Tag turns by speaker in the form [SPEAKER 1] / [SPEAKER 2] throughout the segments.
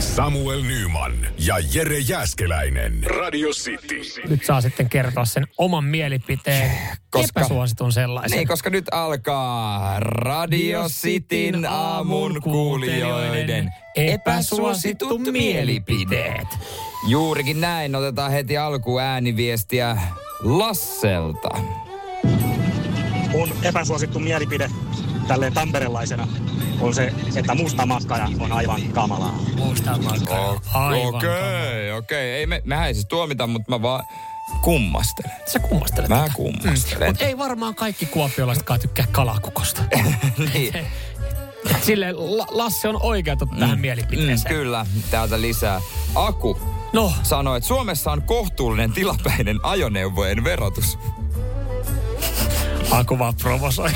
[SPEAKER 1] Samuel Nyman ja Jere Jäskeläinen. Radio City.
[SPEAKER 2] Nyt saa sitten kertoa sen oman mielipiteen, koska, epäsuositun sellaisen.
[SPEAKER 3] Niin, koska nyt alkaa Radio Cityn aamun kuulijoiden epäsuositut mielipiteet. Juurikin näin, otetaan heti alkuun ääniviestiä Lasselta.
[SPEAKER 4] Mun epäsuosittu mielipide tälleen tamperelaisena on se, että musta makkara on aivan kamalaa.
[SPEAKER 2] Musta makkara. Aivan kamala.
[SPEAKER 3] Okei, okei. Ei me, mehän ei siis tuomita, mutta mä vaan kummastelen.
[SPEAKER 2] Sä kummastelet
[SPEAKER 3] Mä
[SPEAKER 2] tätä.
[SPEAKER 3] kummastelen.
[SPEAKER 2] Mutta ei varmaan kaikki kuopiolaisetkaan tykkää kalakukosta.
[SPEAKER 3] niin.
[SPEAKER 2] Sille La- Lasse on oikeutettu
[SPEAKER 3] Mm.
[SPEAKER 2] tähän mielipiteeseen.
[SPEAKER 3] Kyllä, täältä lisää. Aku
[SPEAKER 2] No,
[SPEAKER 3] sanoi, että Suomessa on kohtuullinen tilapäinen ajoneuvojen verotus.
[SPEAKER 2] Aku vaan provosoi.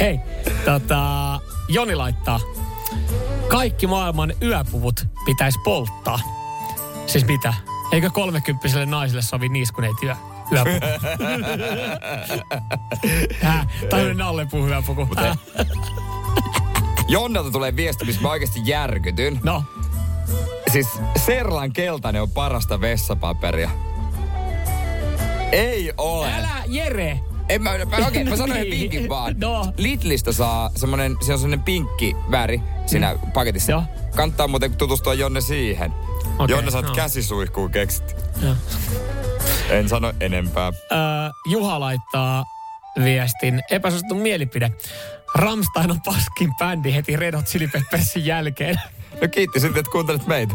[SPEAKER 2] Hei, tota, Joni laittaa. Kaikki maailman yöpuvut pitäisi polttaa. Siis mitä? Eikö kolmekymppiselle naiselle sovi niiskuneet yö? Yöpuku. Häh, tai Nalle puhuu yöpuku. Häh.
[SPEAKER 3] Jonnalta tulee viesti, missä mä oikeasti järkytyn.
[SPEAKER 2] No,
[SPEAKER 3] Siis Serlan keltainen on parasta vessapaperia. Ei ole.
[SPEAKER 2] älä Jere!
[SPEAKER 3] En mä, mä, okei, mä sanoin
[SPEAKER 2] Niin.
[SPEAKER 3] pinkin vaan.
[SPEAKER 2] No.
[SPEAKER 3] Lidlistä saa semmonen, se on semmonen pinkki väri siinä paketissa.
[SPEAKER 2] Mm. Joo.
[SPEAKER 3] Kannattaa muuten tutustua Jonne siihen.
[SPEAKER 2] Okei,
[SPEAKER 3] Jonne, sä oot
[SPEAKER 2] no.
[SPEAKER 3] käsisuihkuun keksit.
[SPEAKER 2] Joo.
[SPEAKER 3] En sano enempää.
[SPEAKER 2] Öö, Juha laittaa viestin. Epäsuosittu mielipide. Ramstein on paskin bändi heti Red Hot Chili Peppersin jälkeen.
[SPEAKER 3] No kiitti sitten, että kuuntelit meitä.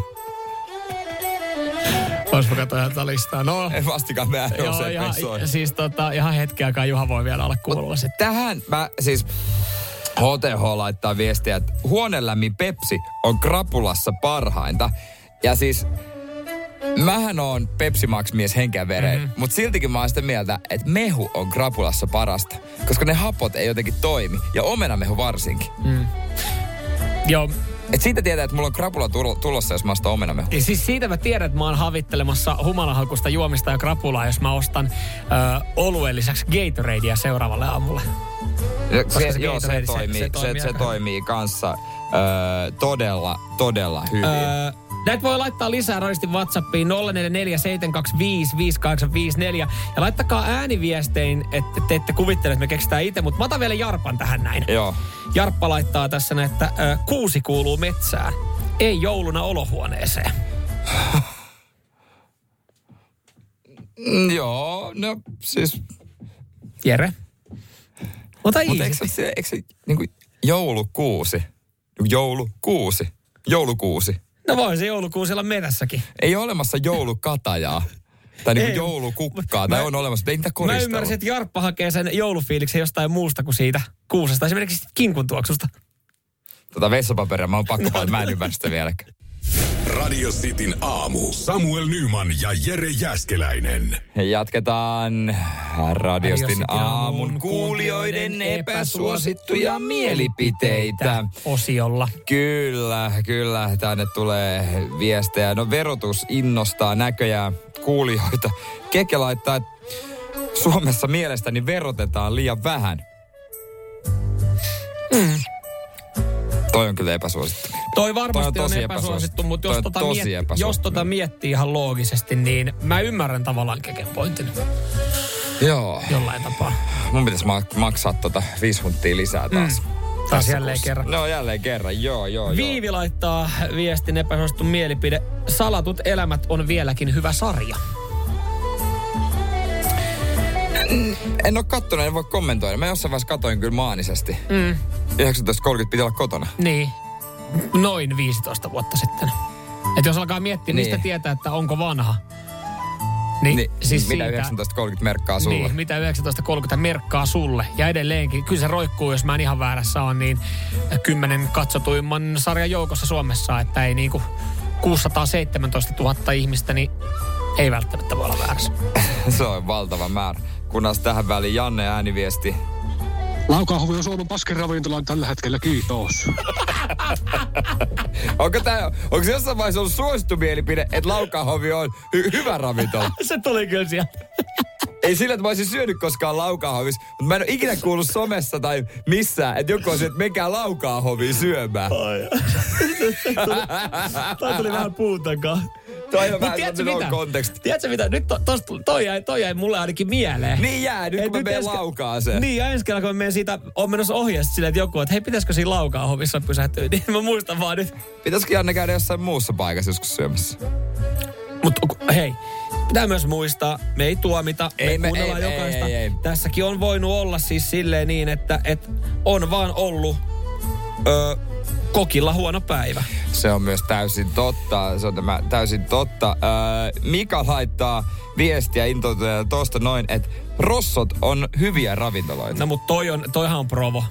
[SPEAKER 2] Vois mä katsoa tätä listaa. No,
[SPEAKER 3] En vastikaan me
[SPEAKER 2] joo,
[SPEAKER 3] ROCP soi.
[SPEAKER 2] ihan, siis tota, ihan hetki aikaa Juha voi vielä olla kuulolla sitten.
[SPEAKER 3] Tähän mä siis... HTH laittaa viestiä, että huonelämmin Pepsi on krapulassa parhainta. Ja siis mähän on Pepsi Max mies henkeä vereen,
[SPEAKER 2] Mhm.
[SPEAKER 3] mm-hmm. mutta siltikin mä oon sitä mieltä, että mehu on krapulassa parasta, koska ne hapot ei jotenkin toimi, ja omenamehu varsinkin.
[SPEAKER 2] Mm. Joo,
[SPEAKER 3] Et siitä tietää, että mulla on krapula tulo- tulossa, jos mä ostan omenamehu.
[SPEAKER 2] ja siis siitä mä tiedän, että mä oon havittelemassa humalahakusta juomista ja krapulaa, jos mä ostan ö, oluen lisäksi Gatoradea seuraavalle aamulle.
[SPEAKER 3] Se,
[SPEAKER 2] Koska se
[SPEAKER 3] joo, se
[SPEAKER 2] Gatorade, se-
[SPEAKER 3] toimii,
[SPEAKER 2] se
[SPEAKER 3] se,
[SPEAKER 2] toimii
[SPEAKER 3] se, se
[SPEAKER 2] aika-
[SPEAKER 3] toimii kanssa öö, todella, todella hyvin. Öö,
[SPEAKER 2] Öö, näitä voi laittaa lisää radisti Whatsappiin 0447255854. Ja laittakaa ääniviestein, että te ette kuvittele, että me keksitään itse, mutta mä otan vielä Jarpan tähän näin.
[SPEAKER 3] joo.
[SPEAKER 2] Jarppa laittaa tässä näin, että ö, kuusi kuuluu metsään, ei jouluna olohuoneeseen.
[SPEAKER 3] Mm, joo, no siis
[SPEAKER 2] Jere? Ota
[SPEAKER 3] Mutta eikö se,
[SPEAKER 2] easy.
[SPEAKER 3] se, eikö se niin kuin joulukuusi? Joulukuusi. Joulukuusi.
[SPEAKER 2] No voi se joulukuusi olla metässäkin.
[SPEAKER 3] Ei ole olemassa joulukatajaa. Tai niin
[SPEAKER 2] Ei,
[SPEAKER 3] kuin joulukukkaa. Tai
[SPEAKER 2] mä-
[SPEAKER 3] on olemassa, mutta ei niitä
[SPEAKER 2] Mä
[SPEAKER 3] koristella.
[SPEAKER 2] ymmärsin, että Jarppa hakee sen joulufiiliksen jostain muusta kuin siitä kuusesta. Esimerkiksi siitä kinkun tuoksusta.
[SPEAKER 3] Tota vessapaperia, mä oon pakko no. mä en ymmärrä sitä vieläkään.
[SPEAKER 1] Radio Cityn aamu. Samuel Nyman ja Jere Jäskeläinen.
[SPEAKER 3] Jatketaan radiostin
[SPEAKER 2] Radiostin
[SPEAKER 3] aamun kuulijoiden epäsuosittuja mielipiteitä.
[SPEAKER 2] Osiolla.
[SPEAKER 3] Kyllä, kyllä. Tänne tulee viestejä. No verotus innostaa näköjään kuulijoita. Keke laittaa, että Suomessa mielestäni verotetaan liian vähän.
[SPEAKER 2] Hmm.
[SPEAKER 3] Mm. Toi on kyllä epäsuosittu.
[SPEAKER 2] Toi varmasti
[SPEAKER 3] Toi
[SPEAKER 2] on,
[SPEAKER 3] on tosi
[SPEAKER 2] epäsuosittu,
[SPEAKER 3] epäsuosittu.
[SPEAKER 2] mutta
[SPEAKER 3] Toi
[SPEAKER 2] jos,
[SPEAKER 3] on
[SPEAKER 2] tota
[SPEAKER 3] tosi
[SPEAKER 2] miet-
[SPEAKER 3] epäsuosittu.
[SPEAKER 2] jos tota miettii ihan loogisesti, niin mä ymmärrän tavallaan keken pointin
[SPEAKER 3] Joo.
[SPEAKER 2] jollain tapaa.
[SPEAKER 3] Mun pitäisi mak- maksaa tota viisi huntia lisää taas. Mm.
[SPEAKER 2] Hmm. Taas jälleen kerran.
[SPEAKER 3] No jälleen kerran, joo, joo, joo.
[SPEAKER 2] Viivi laittaa viestin epäsuosittu mielipide. Salatut elämät on vieläkin hyvä sarja.
[SPEAKER 3] En oo kattonut, en voi kommentoida. Mä jossain vaiheessa katoin kyllä maanisesti.
[SPEAKER 2] Hmm.
[SPEAKER 3] Mm. 19.30 piti olla kotona.
[SPEAKER 2] Niin, noin 15 vuotta sitten. Et jos alkaa miettiä, niin.
[SPEAKER 3] Niin.
[SPEAKER 2] mistä tietää, että onko vanha. Niin,
[SPEAKER 3] Niin,
[SPEAKER 2] siis
[SPEAKER 3] mitä
[SPEAKER 2] siitä,
[SPEAKER 3] 19.30 merkkaa sulla?
[SPEAKER 2] Niin, mitä 19.30 merkkaa sulle. Ja edelleenkin, kyllä se roikkuu, jos mä en ihan väärässä on, niin kymmenen katsotuimman sarjan joukossa Suomessa, että ei niinku 617 000 ihmistä, niin ei välttämättä voi olla väärässä. niin.
[SPEAKER 3] Se on valtava määrä. Kunnas tähän väliin Janne ääniviesti.
[SPEAKER 5] Laukahuvi on Suomen paskin ravintola tällä hetkellä, kiitos.
[SPEAKER 3] Onko, tää, onko se jossain vaiheessa ollut suosittu mielipide, että laukahovi on hy- hyvä ravintola?
[SPEAKER 2] Se tuli kyllä sieltä.
[SPEAKER 3] Ei sillä, että mä olisin syönyt koskaan laukahovissa, mutta mä en ole ikinä kuullut somessa tai missään, että joku on se, että menkää laukahoviin syömään.
[SPEAKER 2] Toi tuli vähän puun takaa.
[SPEAKER 3] Toi on
[SPEAKER 2] Mut
[SPEAKER 3] vähän semmonen on konteksti.
[SPEAKER 2] Tiedätkö mitä? Nyt to, tos, toi, jäi, toi jäi mulle ainakin mieleen.
[SPEAKER 3] Niin jää, nyt
[SPEAKER 2] Et
[SPEAKER 3] kun mä menen
[SPEAKER 2] ensi-
[SPEAKER 3] laukaaseen.
[SPEAKER 2] Niin, ja ensi kerralla kun mä menen siitä, on menossa ohjeesta silleen, että joku, että hei, pitäisikö siinä laukaa hovissa pysähtyä, niin mä muistan vaan nyt.
[SPEAKER 3] Pitäisikö Janne käydä jossain muussa paikassa joskus syömässä?
[SPEAKER 2] Mutta hei, pitää myös muistaa, me ei tuomita, me,
[SPEAKER 3] Ei
[SPEAKER 2] ei,
[SPEAKER 3] me-
[SPEAKER 2] me kuunnellaan
[SPEAKER 3] ei,
[SPEAKER 2] jokaista.
[SPEAKER 3] ei, ei, ei.
[SPEAKER 2] Tässäkin on voinut olla siis silleen niin, että et on vaan ollut ö, kokilla huono päivä.
[SPEAKER 3] Se on myös täysin totta. Se on tämä täysin totta. Öö, Mika laittaa viestiä intoutuneena tosta noin, että rossot on hyviä ravintoloita.
[SPEAKER 2] No mut toi on, toihan on provo.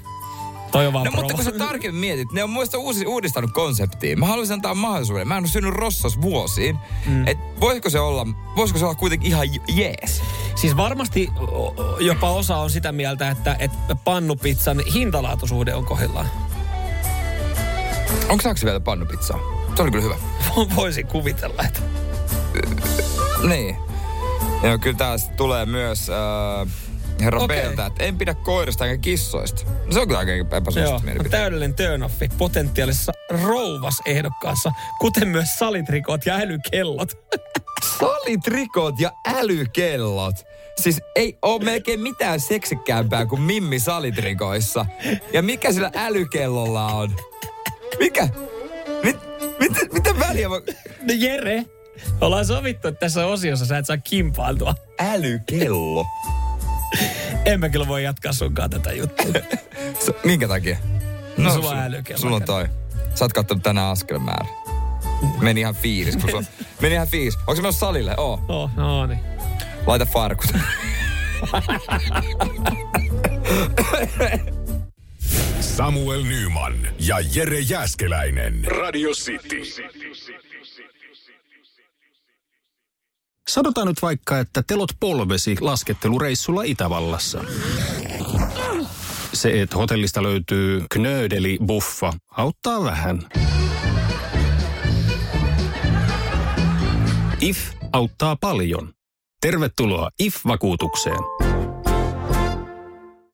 [SPEAKER 2] Toi on vaan
[SPEAKER 3] No
[SPEAKER 2] provo.
[SPEAKER 3] mutta kun sä tarkemmin mietit, ne on muista uusi, uudistanut konseptiin. Mä haluaisin antaa mahdollisuuden. Mä en ole syönyt rossos vuosiin. Mm. Et voisiko se olla, voisiko se olla kuitenkin ihan j- jees?
[SPEAKER 2] Siis varmasti o- o- jopa osa on sitä mieltä, että, että pannupizzan hintalaatuisuhde on kohdillaan.
[SPEAKER 3] Onko saaksi vielä pannupizzaa? Se oli kyllä hyvä.
[SPEAKER 2] Voisin kuvitella, että...
[SPEAKER 3] Niin. Ja kyllä tää sit tulee myös äh, herra
[SPEAKER 2] Okei.
[SPEAKER 3] okay. että en pidä koirista eikä kissoista. No se on kyllä aika
[SPEAKER 2] Joo,
[SPEAKER 3] epäsuosittu
[SPEAKER 2] on
[SPEAKER 3] mielipide.
[SPEAKER 2] täydellinen turnoffi potentiaalisessa rouvasehdokkaassa, kuten myös salitrikot ja älykellot.
[SPEAKER 3] Salitrikot ja älykellot. Siis ei oo melkein mitään seksikkäämpää kuin Mimmi salitrikoissa. Ja mikä sillä älykellolla on? Mikä? Mit, mit, mitä väliä? voi-
[SPEAKER 2] No Jere, ollaan sovittu, että tässä osiossa sä et saa kimpaantua.
[SPEAKER 3] Älykello.
[SPEAKER 2] En mä kyllä voi jatkaa sunkaan tätä juttua.
[SPEAKER 3] S- Minkä takia?
[SPEAKER 2] No, sulla
[SPEAKER 3] sul-
[SPEAKER 2] on älykello.
[SPEAKER 3] Sulla on toi. Sä oot kattonut tänään askelmäärä. Meni ihan fiilis. Kun sua, meni ihan fiilis. Onko se menossa salille? Oo.
[SPEAKER 2] Oh, no niin.
[SPEAKER 3] Laita farkut.
[SPEAKER 1] Samuel Nyman ja Jere Jäskeläinen. Radio City.
[SPEAKER 6] Sanotaan nyt vaikka, että telot polvesi laskettelureissulla Itävallassa. Se, että hotellista löytyy knöydeli buffa, auttaa vähän. IF auttaa paljon. Tervetuloa IF-vakuutukseen.